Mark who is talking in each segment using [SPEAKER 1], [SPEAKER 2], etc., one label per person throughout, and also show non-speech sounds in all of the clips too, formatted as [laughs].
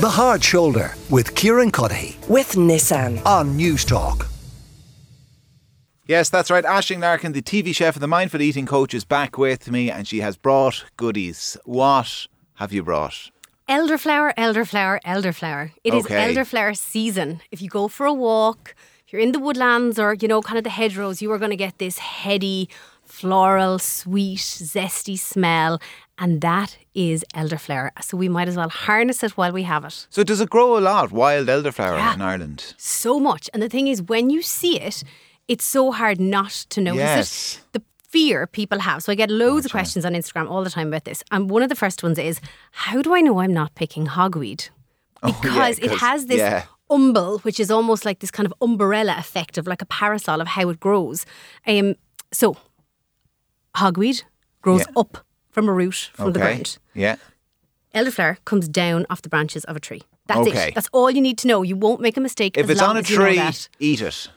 [SPEAKER 1] The Hard Shoulder with Kieran Cuddy
[SPEAKER 2] with Nissan.
[SPEAKER 1] on News Talk.
[SPEAKER 3] Yes, that's right. Ashling Larkin, the TV chef and the Mindful Eating Coach, is back with me and she has brought goodies. What have you brought?
[SPEAKER 4] Elderflower, elderflower, elderflower. It is
[SPEAKER 3] Okay.
[SPEAKER 4] elderflower season. If you go for a walk, if you're in the woodlands or, you know, kind of the hedgerows, you are going to get this heady, floral, sweet, zesty smell. And that is elderflower. So we might as well harness it while we have it.
[SPEAKER 3] So, does it grow a lot, wild elderflower
[SPEAKER 4] Yeah.
[SPEAKER 3] in Ireland?
[SPEAKER 4] so much. And the thing is, when you see it, it's so hard not to notice
[SPEAKER 3] Yes.
[SPEAKER 4] it. The fear people have. So I get loads of questions on Instagram all the time about this. And one of the first ones is, how do I know I'm not picking hogweed?
[SPEAKER 3] Oh, [laughs] yeah,
[SPEAKER 4] Because it
[SPEAKER 3] 'cause-
[SPEAKER 4] has this
[SPEAKER 3] yeah.
[SPEAKER 4] umbel, which is almost like this kind of umbrella effect of like a parasol of how it grows. Um, so hogweed grows
[SPEAKER 3] Yeah.
[SPEAKER 4] up from a root from the ground.
[SPEAKER 3] Yeah.
[SPEAKER 4] Elderflower comes down off the branches of a tree. That's
[SPEAKER 3] Okay.
[SPEAKER 4] it. That's all you need to know. You won't make a mistake.
[SPEAKER 3] If
[SPEAKER 4] as
[SPEAKER 3] it's
[SPEAKER 4] long
[SPEAKER 3] on a
[SPEAKER 4] as you know
[SPEAKER 3] tree,
[SPEAKER 4] that.
[SPEAKER 3] eat it.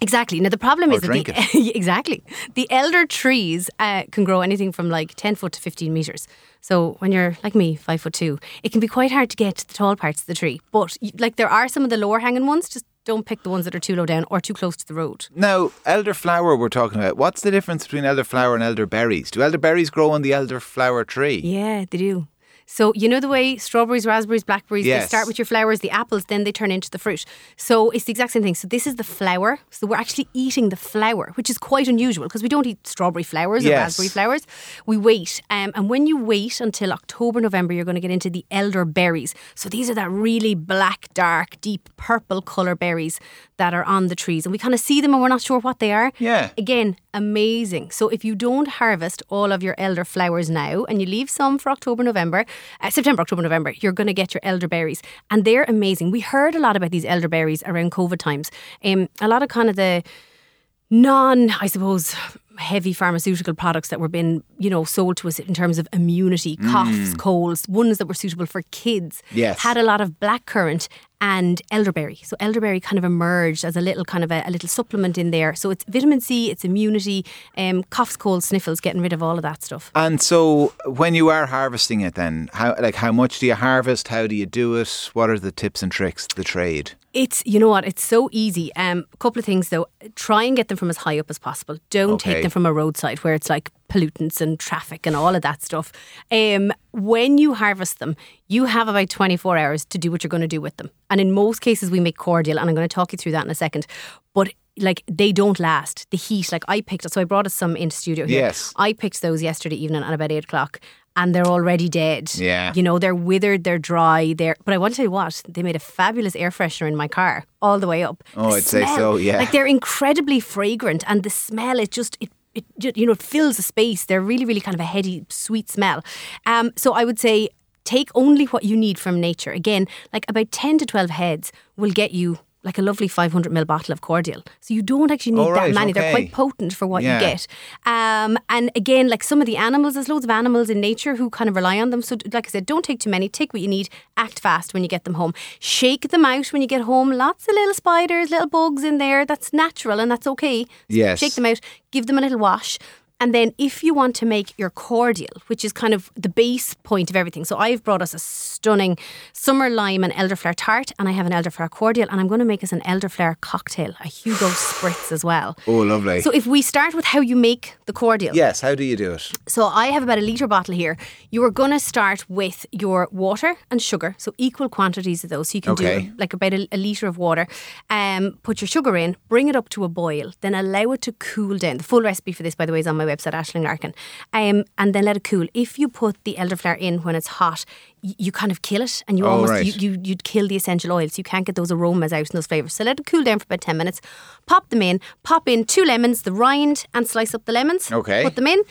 [SPEAKER 4] Exactly. Now the problem
[SPEAKER 3] Or
[SPEAKER 4] is that
[SPEAKER 3] drink
[SPEAKER 4] the, [laughs] exactly the elder trees uh, can grow anything from like ten foot to fifteen meters. So when you're like me, five foot two, it can be quite hard to get to the tall parts of the tree. But y- like there are some of the lower hanging ones. Just don't pick the ones that are too low down or too close to the road.
[SPEAKER 3] Now, elderflower we're talking about. What's the difference between elderflower and elderberries? Do elderberries grow on the elderflower tree?
[SPEAKER 4] Yeah, they do. So you know the way strawberries, raspberries, blackberries, they
[SPEAKER 3] Yes.
[SPEAKER 4] start with your flowers, the apples, then they turn into the fruit. So it's the exact same thing. So this is the flower. So we're actually eating the flower, which is quite unusual because we don't eat strawberry flowers or
[SPEAKER 3] Yes.
[SPEAKER 4] raspberry flowers. We wait. Um, and when you wait until October, November, you're going to get into the elderberries. So these are that really black, dark, deep purple colour berries that are on the trees. And we kind of see them and we're not sure what they are.
[SPEAKER 3] Yeah.
[SPEAKER 4] Again, amazing. So if you don't harvest all of your elder flowers now and you leave some for October, November, uh, September, October, November, you're going to get your elderberries. And they're amazing. We heard a lot about these elderberries around COVID times. Um, a lot of kind of the non, I suppose, heavy pharmaceutical products that were being, you know, sold to us in terms of immunity, coughs, colds, ones that were suitable for kids,
[SPEAKER 3] Yes.
[SPEAKER 4] had a lot of blackcurrant and elderberry. So elderberry kind of emerged as a little kind of a, a little supplement in there. So it's vitamin C, it's immunity, um, coughs, colds, sniffles, getting rid of all of that stuff.
[SPEAKER 3] And so, when you are harvesting it, then how like how much do you harvest? How do you do it? What are the tips and tricks to the trade?
[SPEAKER 4] It's you know what it's so easy. Um, a couple of things though. Try and get them from as high up as possible. Don't
[SPEAKER 3] Okay.
[SPEAKER 4] take them from a roadside where it's like pollutants and traffic and all of that stuff. Um, when you harvest them, you have about twenty four hours to do what you're going to do with them. And in most cases, we make cordial, and I'm going to talk you through that in a second. But like they don't last. The heat, like I picked, so I brought us some in studio here.
[SPEAKER 3] Yes.
[SPEAKER 4] I picked those yesterday evening at about eight o'clock. And they're already dead.
[SPEAKER 3] Yeah.
[SPEAKER 4] You know, they're withered, they're dry, they're but I want to tell you what, they made a fabulous air freshener in my car all the way up.
[SPEAKER 3] Oh,
[SPEAKER 4] The
[SPEAKER 3] I'd say so, yeah.
[SPEAKER 4] Like they're incredibly fragrant and the smell it just it it ju- you know, it fills the space. They're really, really kind of a heady, sweet smell. Um, so I would say take only what you need from nature. Again, like about ten to twelve heads will get you like a lovely 500 ml bottle of cordial. So you don't actually need
[SPEAKER 3] Oh, right,
[SPEAKER 4] that many. They're
[SPEAKER 3] okay.
[SPEAKER 4] quite potent for what
[SPEAKER 3] Yeah.
[SPEAKER 4] you get. Um, and again, like some of the animals, there's loads of animals in nature who kind of rely on them. So, like I said, don't take too many. Take what you need. Act fast when you get them home. Shake them out when you get home. Lots of little spiders, little bugs in there. That's natural and that's okay. So
[SPEAKER 3] Yes.
[SPEAKER 4] Shake them out. Give them a little wash. And then, if you want to make your cordial, which is kind of the base point of everything, so I've brought us a stunning summer lime and elderflower tart, and I have an elderflower cordial, and I'm going to make us an elderflower cocktail, a Hugo spritz as well.
[SPEAKER 3] Oh, lovely.
[SPEAKER 4] So if we start with how you make the cordial.
[SPEAKER 3] yes, how do you do it?
[SPEAKER 4] So I have about a litre bottle here. You are going to start with your water and sugar. So equal quantities of those. So you can
[SPEAKER 3] Okay.
[SPEAKER 4] do like about a, a litre of water. Um, put your sugar in, bring it up to a boil, then allow it to cool down. The full recipe for this, by the way, is on my website, Ashling Larkin. Um, and then let it cool. If you put the elderflower in when it's hot, y- you kind of kill it and you
[SPEAKER 3] Oh,
[SPEAKER 4] almost
[SPEAKER 3] right.
[SPEAKER 4] you, you you'd kill the essential oils. You can't get those aromas out and those flavors. So let it cool down for about ten minutes. Pop them in. Pop in two lemons, the rind, and slice up the lemons.
[SPEAKER 3] Okay.
[SPEAKER 4] Put them in.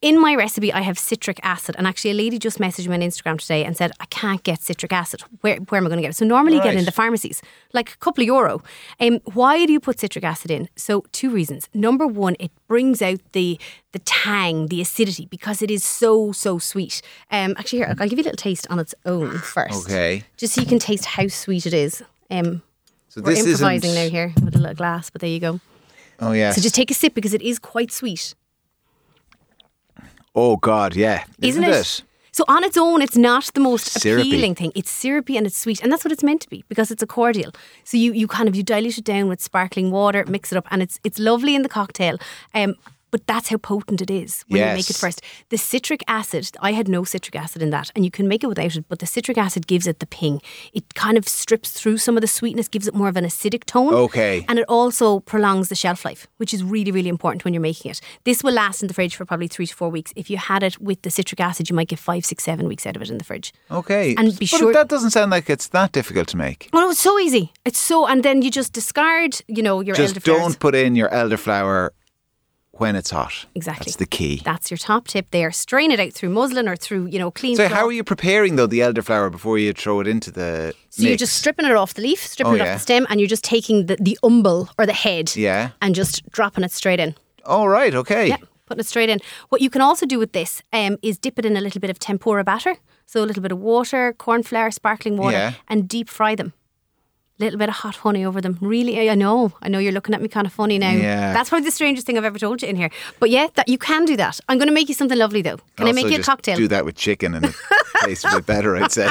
[SPEAKER 4] In my recipe, I have citric acid, and actually, a lady just messaged me on Instagram today and said, "I can't get citric acid. Where, where am I going to get it?" So normally, you get it
[SPEAKER 3] Right.
[SPEAKER 4] in the pharmacies, like a couple of euro. Um, why do you put citric acid in? So two reasons. Number one, it brings out the the tang, the acidity, because it is so so sweet. Um, actually, here I'll give you a little taste on its own first,
[SPEAKER 3] Okay.
[SPEAKER 4] just so you can taste how sweet it is. Um,
[SPEAKER 3] So
[SPEAKER 4] we're
[SPEAKER 3] this
[SPEAKER 4] improvising now
[SPEAKER 3] isn't.
[SPEAKER 4] here with a little glass, but there you go.
[SPEAKER 3] Oh yeah.
[SPEAKER 4] So just take a sip because it is quite sweet.
[SPEAKER 3] oh God, yeah.
[SPEAKER 4] isn't
[SPEAKER 3] it?
[SPEAKER 4] it? So on its own, it's not the most
[SPEAKER 3] Syrupy.
[SPEAKER 4] appealing thing. It's syrupy and it's sweet, and that's what it's meant to be because it's a cordial. So you you kind of you dilute it down with sparkling water, mix it up, and it's it's lovely in the cocktail. Um, but that's how potent it is when you make it
[SPEAKER 3] Yes.
[SPEAKER 4] first. The citric acid, I had no citric acid in that, and you can make it without it, but the citric acid gives it the ping. It kind of strips through some of the sweetness, gives it more of an acidic tone.
[SPEAKER 3] Okay.
[SPEAKER 4] And it also prolongs the shelf life, which is really, really important when you're making it. This will last in the fridge for probably three to four weeks. If you had it with the citric acid, you might get five, six, seven weeks out of it in the fridge.
[SPEAKER 3] Okay.
[SPEAKER 4] And be
[SPEAKER 3] but
[SPEAKER 4] sure-
[SPEAKER 3] that doesn't sound like it's that difficult to make.
[SPEAKER 4] Oh, no, it's so easy. It's so, and then you just discard, you know, your
[SPEAKER 3] Just
[SPEAKER 4] elderflowers.
[SPEAKER 3] don't put in your elderflower when it's hot.
[SPEAKER 4] Exactly.
[SPEAKER 3] That's the key.
[SPEAKER 4] That's your top tip there. Strain it out through muslin or through, you know, clean.
[SPEAKER 3] so
[SPEAKER 4] cloth.
[SPEAKER 3] how are you preparing though the elderflower before you throw it into the
[SPEAKER 4] So you're
[SPEAKER 3] mix?
[SPEAKER 4] just stripping it off the leaf, stripping
[SPEAKER 3] Oh,
[SPEAKER 4] it off
[SPEAKER 3] yeah.
[SPEAKER 4] the stem, and you're just taking the, the umbel or the head
[SPEAKER 3] Yeah.
[SPEAKER 4] and just dropping it straight in.
[SPEAKER 3] All right. Okay.
[SPEAKER 4] Yeah, putting it straight in. What you can also do with this um, is dip it in a little bit of tempura batter. So a little bit of water, corn flour, sparkling water,
[SPEAKER 3] Yeah.
[SPEAKER 4] and deep fry them. Little bit of hot honey over them. Really, I know, I know you're looking at me kind of funny now.
[SPEAKER 3] Yeah.
[SPEAKER 4] That's probably the strangest thing I've ever told you in here. But yeah, that you can do that. I'm going to make you something lovely though. Can I
[SPEAKER 3] Also
[SPEAKER 4] make you a
[SPEAKER 3] just
[SPEAKER 4] cocktail?
[SPEAKER 3] Do that with chicken
[SPEAKER 4] [laughs]
[SPEAKER 3] and it tastes a bit better, I'd say.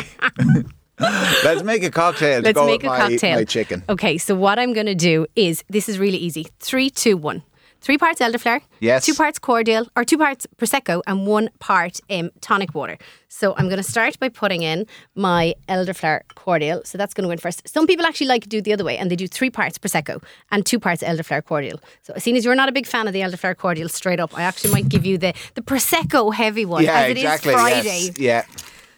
[SPEAKER 3] [laughs] Let's make a cocktail. to
[SPEAKER 4] Let's
[SPEAKER 3] go
[SPEAKER 4] make
[SPEAKER 3] with
[SPEAKER 4] a
[SPEAKER 3] my,
[SPEAKER 4] cocktail. Oh,
[SPEAKER 3] My chicken.
[SPEAKER 4] Okay, so what I'm going to do is this is really easy. Three, two, one. Three parts elderflower.
[SPEAKER 3] Yes.
[SPEAKER 4] Two parts cordial, or two parts prosecco, and one part um, tonic water. So I'm going to start by putting in my elderflower cordial. So that's going to win first. Some people actually like to do it the other way, and they do three parts prosecco and two parts elderflower cordial. So as soon as you're not a big fan of the elderflower cordial, straight up, I actually might give you the the prosecco heavy one,
[SPEAKER 3] Yeah,
[SPEAKER 4] as it is
[SPEAKER 3] exactly. yes.
[SPEAKER 4] Friday.
[SPEAKER 3] Yeah.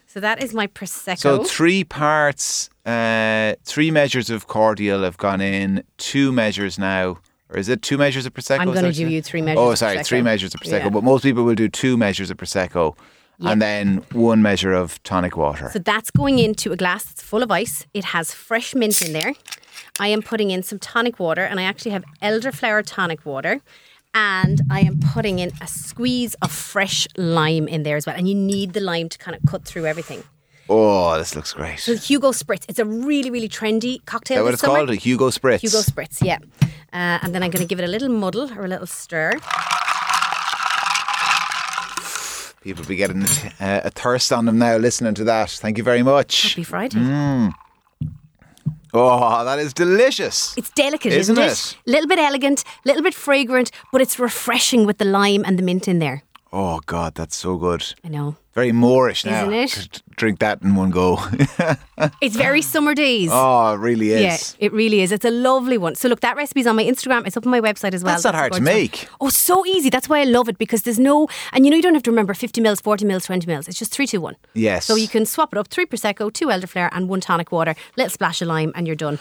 [SPEAKER 4] So that is my prosecco.
[SPEAKER 3] So three parts, uh, three measures of cordial have gone in. Two measures now, or is it two measures of prosecco?
[SPEAKER 4] I'm
[SPEAKER 3] Is
[SPEAKER 4] gonna
[SPEAKER 3] that
[SPEAKER 4] give
[SPEAKER 3] what
[SPEAKER 4] you
[SPEAKER 3] said?
[SPEAKER 4] three measures
[SPEAKER 3] Oh,
[SPEAKER 4] of
[SPEAKER 3] sorry, three
[SPEAKER 4] prosecco.
[SPEAKER 3] measures of prosecco.
[SPEAKER 4] Yeah.
[SPEAKER 3] But most people will do two measures of prosecco, and then one measure of tonic water.
[SPEAKER 4] So that's going into a glass that's full of ice. It has fresh mint in there. I am putting in some tonic water, and I actually have elderflower tonic water. And I am putting in a squeeze of fresh lime in there as well. And you need the lime to kind of cut through everything.
[SPEAKER 3] oh, this looks great.
[SPEAKER 4] The Hugo Spritz. It's a really, really trendy cocktail.
[SPEAKER 3] Is that what
[SPEAKER 4] this
[SPEAKER 3] it's
[SPEAKER 4] summer.
[SPEAKER 3] called? A Hugo Spritz.
[SPEAKER 4] Hugo Spritz, yeah. Uh, and then I'm going to give it a little muddle or a little stir.
[SPEAKER 3] People be getting uh, a thirst on them now listening to that. Thank you very much.
[SPEAKER 4] Be Friday.
[SPEAKER 3] Mm. Oh, that is delicious.
[SPEAKER 4] It's delicate,
[SPEAKER 3] Isn't
[SPEAKER 4] isn't,
[SPEAKER 3] it?
[SPEAKER 4] A little bit elegant, a little bit fragrant, but it's refreshing with the lime and the mint in there.
[SPEAKER 3] Oh, God, that's so good.
[SPEAKER 4] I know.
[SPEAKER 3] Very Moorish now.
[SPEAKER 4] Isn't it?
[SPEAKER 3] Just drink that in one go. [laughs] [gasps]
[SPEAKER 4] It's very summer days.
[SPEAKER 3] oh, it really is.
[SPEAKER 4] yeah, it really is. It's a lovely one. So look, that recipe's on my Instagram. It's up on my website as well.
[SPEAKER 3] That's not hard to
[SPEAKER 4] a gorgeous
[SPEAKER 3] make.
[SPEAKER 4] one. Oh, so easy. That's why I love it because there's no, and you know, you don't have to remember 50 mils, 40 mils, 20 mils. It's just three, two, one.
[SPEAKER 3] Yes.
[SPEAKER 4] So you can swap it up: three prosecco, two elderflower, and one tonic water. Little splash of lime, and you're done.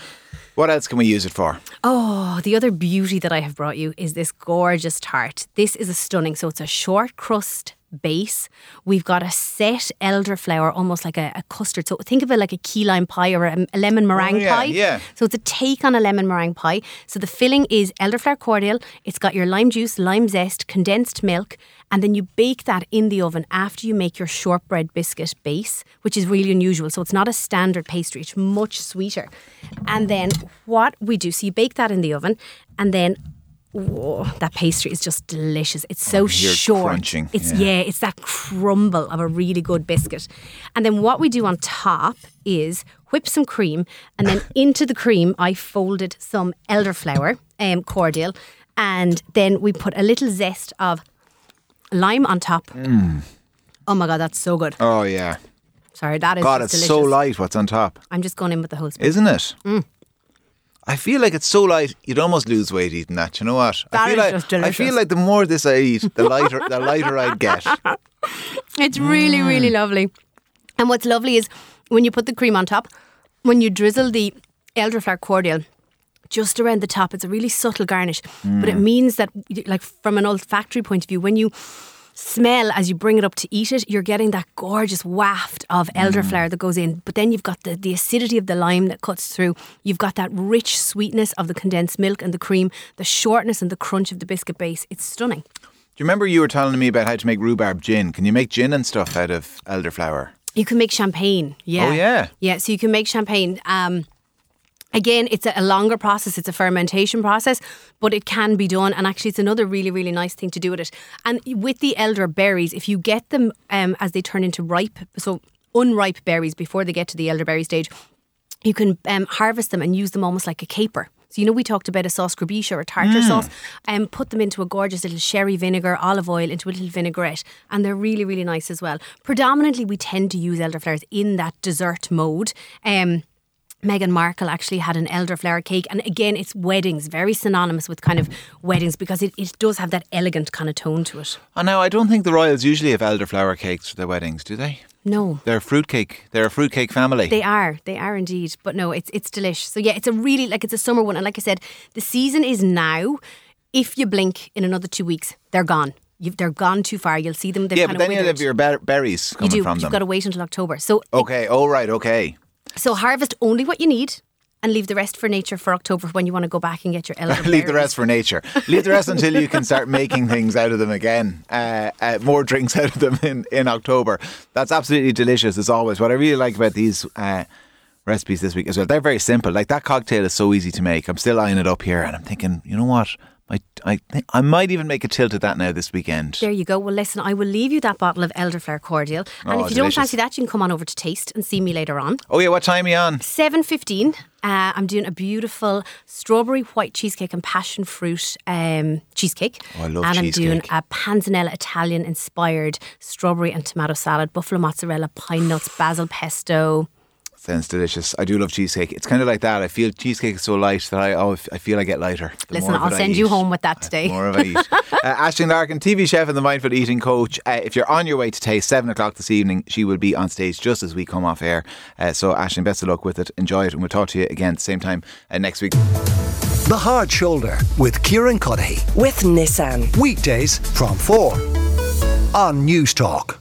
[SPEAKER 3] What else can we use it for?
[SPEAKER 4] Oh, the other beauty that I have brought you is this gorgeous tart. This is a stunning, so it's a short crust base. We've got a set elderflower, almost like a, a custard. So think of it like a key lime pie or a, a lemon meringue
[SPEAKER 3] Oh, yeah,
[SPEAKER 4] pie.
[SPEAKER 3] yeah.
[SPEAKER 4] So it's a take on a lemon meringue pie. So the filling is elderflower cordial. It's got your lime juice, lime zest, condensed milk, and then you bake that in the oven after you make your shortbread biscuit base, which is really unusual. So it's not a standard pastry; it's much sweeter. And then what we do, so you bake that in the oven, and then. Whoa, that pastry is just delicious. It's so
[SPEAKER 3] hear it
[SPEAKER 4] short.
[SPEAKER 3] Oh, crunching,
[SPEAKER 4] It's
[SPEAKER 3] yeah.
[SPEAKER 4] yeah, it's that crumble of a really good biscuit. And then what we do on top is whip some cream,
[SPEAKER 3] [laughs]
[SPEAKER 4] and then into the cream, I folded some elderflower um, cordial, and then we put a little zest of lime on top.
[SPEAKER 3] Mm.
[SPEAKER 4] Oh my god, that's so good!
[SPEAKER 3] Oh, yeah.
[SPEAKER 4] Sorry, that is
[SPEAKER 3] God, it's
[SPEAKER 4] just delicious. Mm.
[SPEAKER 3] so light what's on top,
[SPEAKER 4] I'm just going in with the whole. spoon.
[SPEAKER 3] isn't it? I feel like it's so light, you'd almost lose weight eating that. You know what?
[SPEAKER 4] That
[SPEAKER 3] I
[SPEAKER 4] is
[SPEAKER 3] feel like,
[SPEAKER 4] just
[SPEAKER 3] I
[SPEAKER 4] delicious.
[SPEAKER 3] feel like the more this I eat, the lighter, the lighter I'd
[SPEAKER 4] [laughs]
[SPEAKER 3] get.
[SPEAKER 4] It's really, really lovely. And what's lovely is when you put the cream on top, when you drizzle the elderflower cordial just around the top, it's a really subtle garnish. But it means that, like, from an olfactory point of view, when you smell as you bring it up to eat it, you're getting that gorgeous waft of elderflower that goes in. But then you've got the, the acidity of the lime that cuts through. You've got that rich sweetness of the condensed milk and the cream, the shortness and the crunch of the biscuit base. It's stunning.
[SPEAKER 3] Do you remember you were telling me about how to make rhubarb gin? Can you make gin and stuff out of elderflower?
[SPEAKER 4] You can make champagne. Yeah.
[SPEAKER 3] Oh, yeah.
[SPEAKER 4] Yeah. So you can make champagne. Um, Again, it's a a longer process, it's a fermentation process, but it can be done. And actually, it's another really, really nice thing to do with it. And with the elderberries, if you get them um, as they turn into ripe, so unripe berries before they get to the elderberry stage, you can um, harvest them and use them almost like a caper. So you know we talked about a sauce grabiche or a tartar sauce, and put them into a gorgeous little sherry vinegar, olive oil, into a little vinaigrette, and they're really really nice as well. Predominantly, we tend to use elderflowers in that dessert mode. Um, Meghan Markle actually had an elderflower cake, and again, it's weddings, very synonymous with kind of weddings because it, it does have that elegant kind of tone to it.
[SPEAKER 3] And now, Oh, I don't think the royals usually have elderflower cakes for their weddings, do they?
[SPEAKER 4] No,
[SPEAKER 3] They're a fruitcake. They're a fruitcake family.
[SPEAKER 4] They are. They are indeed. But no, it's it's delish. So yeah, it's a really like it's a summer one. And like I said, the season is now. If you blink in another two weeks, they're gone. You've, they're gone too far. You'll see them. They've
[SPEAKER 3] yeah,
[SPEAKER 4] kind
[SPEAKER 3] but
[SPEAKER 4] of
[SPEAKER 3] then you'll
[SPEAKER 4] withered.
[SPEAKER 3] have your ber- berries
[SPEAKER 4] you
[SPEAKER 3] coming
[SPEAKER 4] do.
[SPEAKER 3] from
[SPEAKER 4] You've
[SPEAKER 3] them. Oh.
[SPEAKER 4] got to wait until October. So
[SPEAKER 3] okay, all right, okay.
[SPEAKER 4] so harvest only what you need, and leave the rest for nature for October when you want to go back and get your elderberries.
[SPEAKER 3] [laughs] Leave the rest for nature. Leave the rest until you can start making things out of them again. Uh, uh, more drinks [laughs] out of them in, in October. That's absolutely delicious as always. What I really like about these uh, recipes this week as well, they're very simple. Like that cocktail is so easy to make. I'm still eyeing it up here and I'm thinking, you know what? I, I, think I might even make a tilt at that now this weekend.
[SPEAKER 4] There you go. Well, listen, I will leave you that bottle of elderflower cordial, and
[SPEAKER 3] Oh,
[SPEAKER 4] if you don't
[SPEAKER 3] delicious.
[SPEAKER 4] fancy that, you can come on over to taste and see me later on.
[SPEAKER 3] Oh, yeah, what time are you on?
[SPEAKER 4] Seven fifteen. Uh, I'm doing a beautiful strawberry white cheesecake and passion fruit um, cheesecake.
[SPEAKER 3] Oh, I love
[SPEAKER 4] And I'm doing
[SPEAKER 3] cheesecake.
[SPEAKER 4] a panzanella Italian inspired strawberry and tomato salad, buffalo mozzarella, pine nuts, basil pesto.
[SPEAKER 3] Sounds delicious. I do love cheesecake. It's kind of like that. I feel cheesecake is so light that I oh, I feel I get lighter. the
[SPEAKER 4] Listen,
[SPEAKER 3] more of
[SPEAKER 4] I'll
[SPEAKER 3] it I
[SPEAKER 4] send you
[SPEAKER 3] eat.
[SPEAKER 4] home with that
[SPEAKER 3] Uh,
[SPEAKER 4] today.
[SPEAKER 3] the More of
[SPEAKER 4] [laughs]
[SPEAKER 3] it I eat. uh, Ashton Larkin, TV chef and the Mindful Eating Coach. Uh, if you're on your way to taste seven o'clock this evening, she will be on stage just as we come off air. Uh, so, Ashton, best of luck with it. Enjoy it, and we'll talk to you again at the same time uh, next week.
[SPEAKER 1] The Hard Shoulder with Kieran Cuddihy.
[SPEAKER 2] with Nissan.
[SPEAKER 1] Weekdays from 4 on News Talk.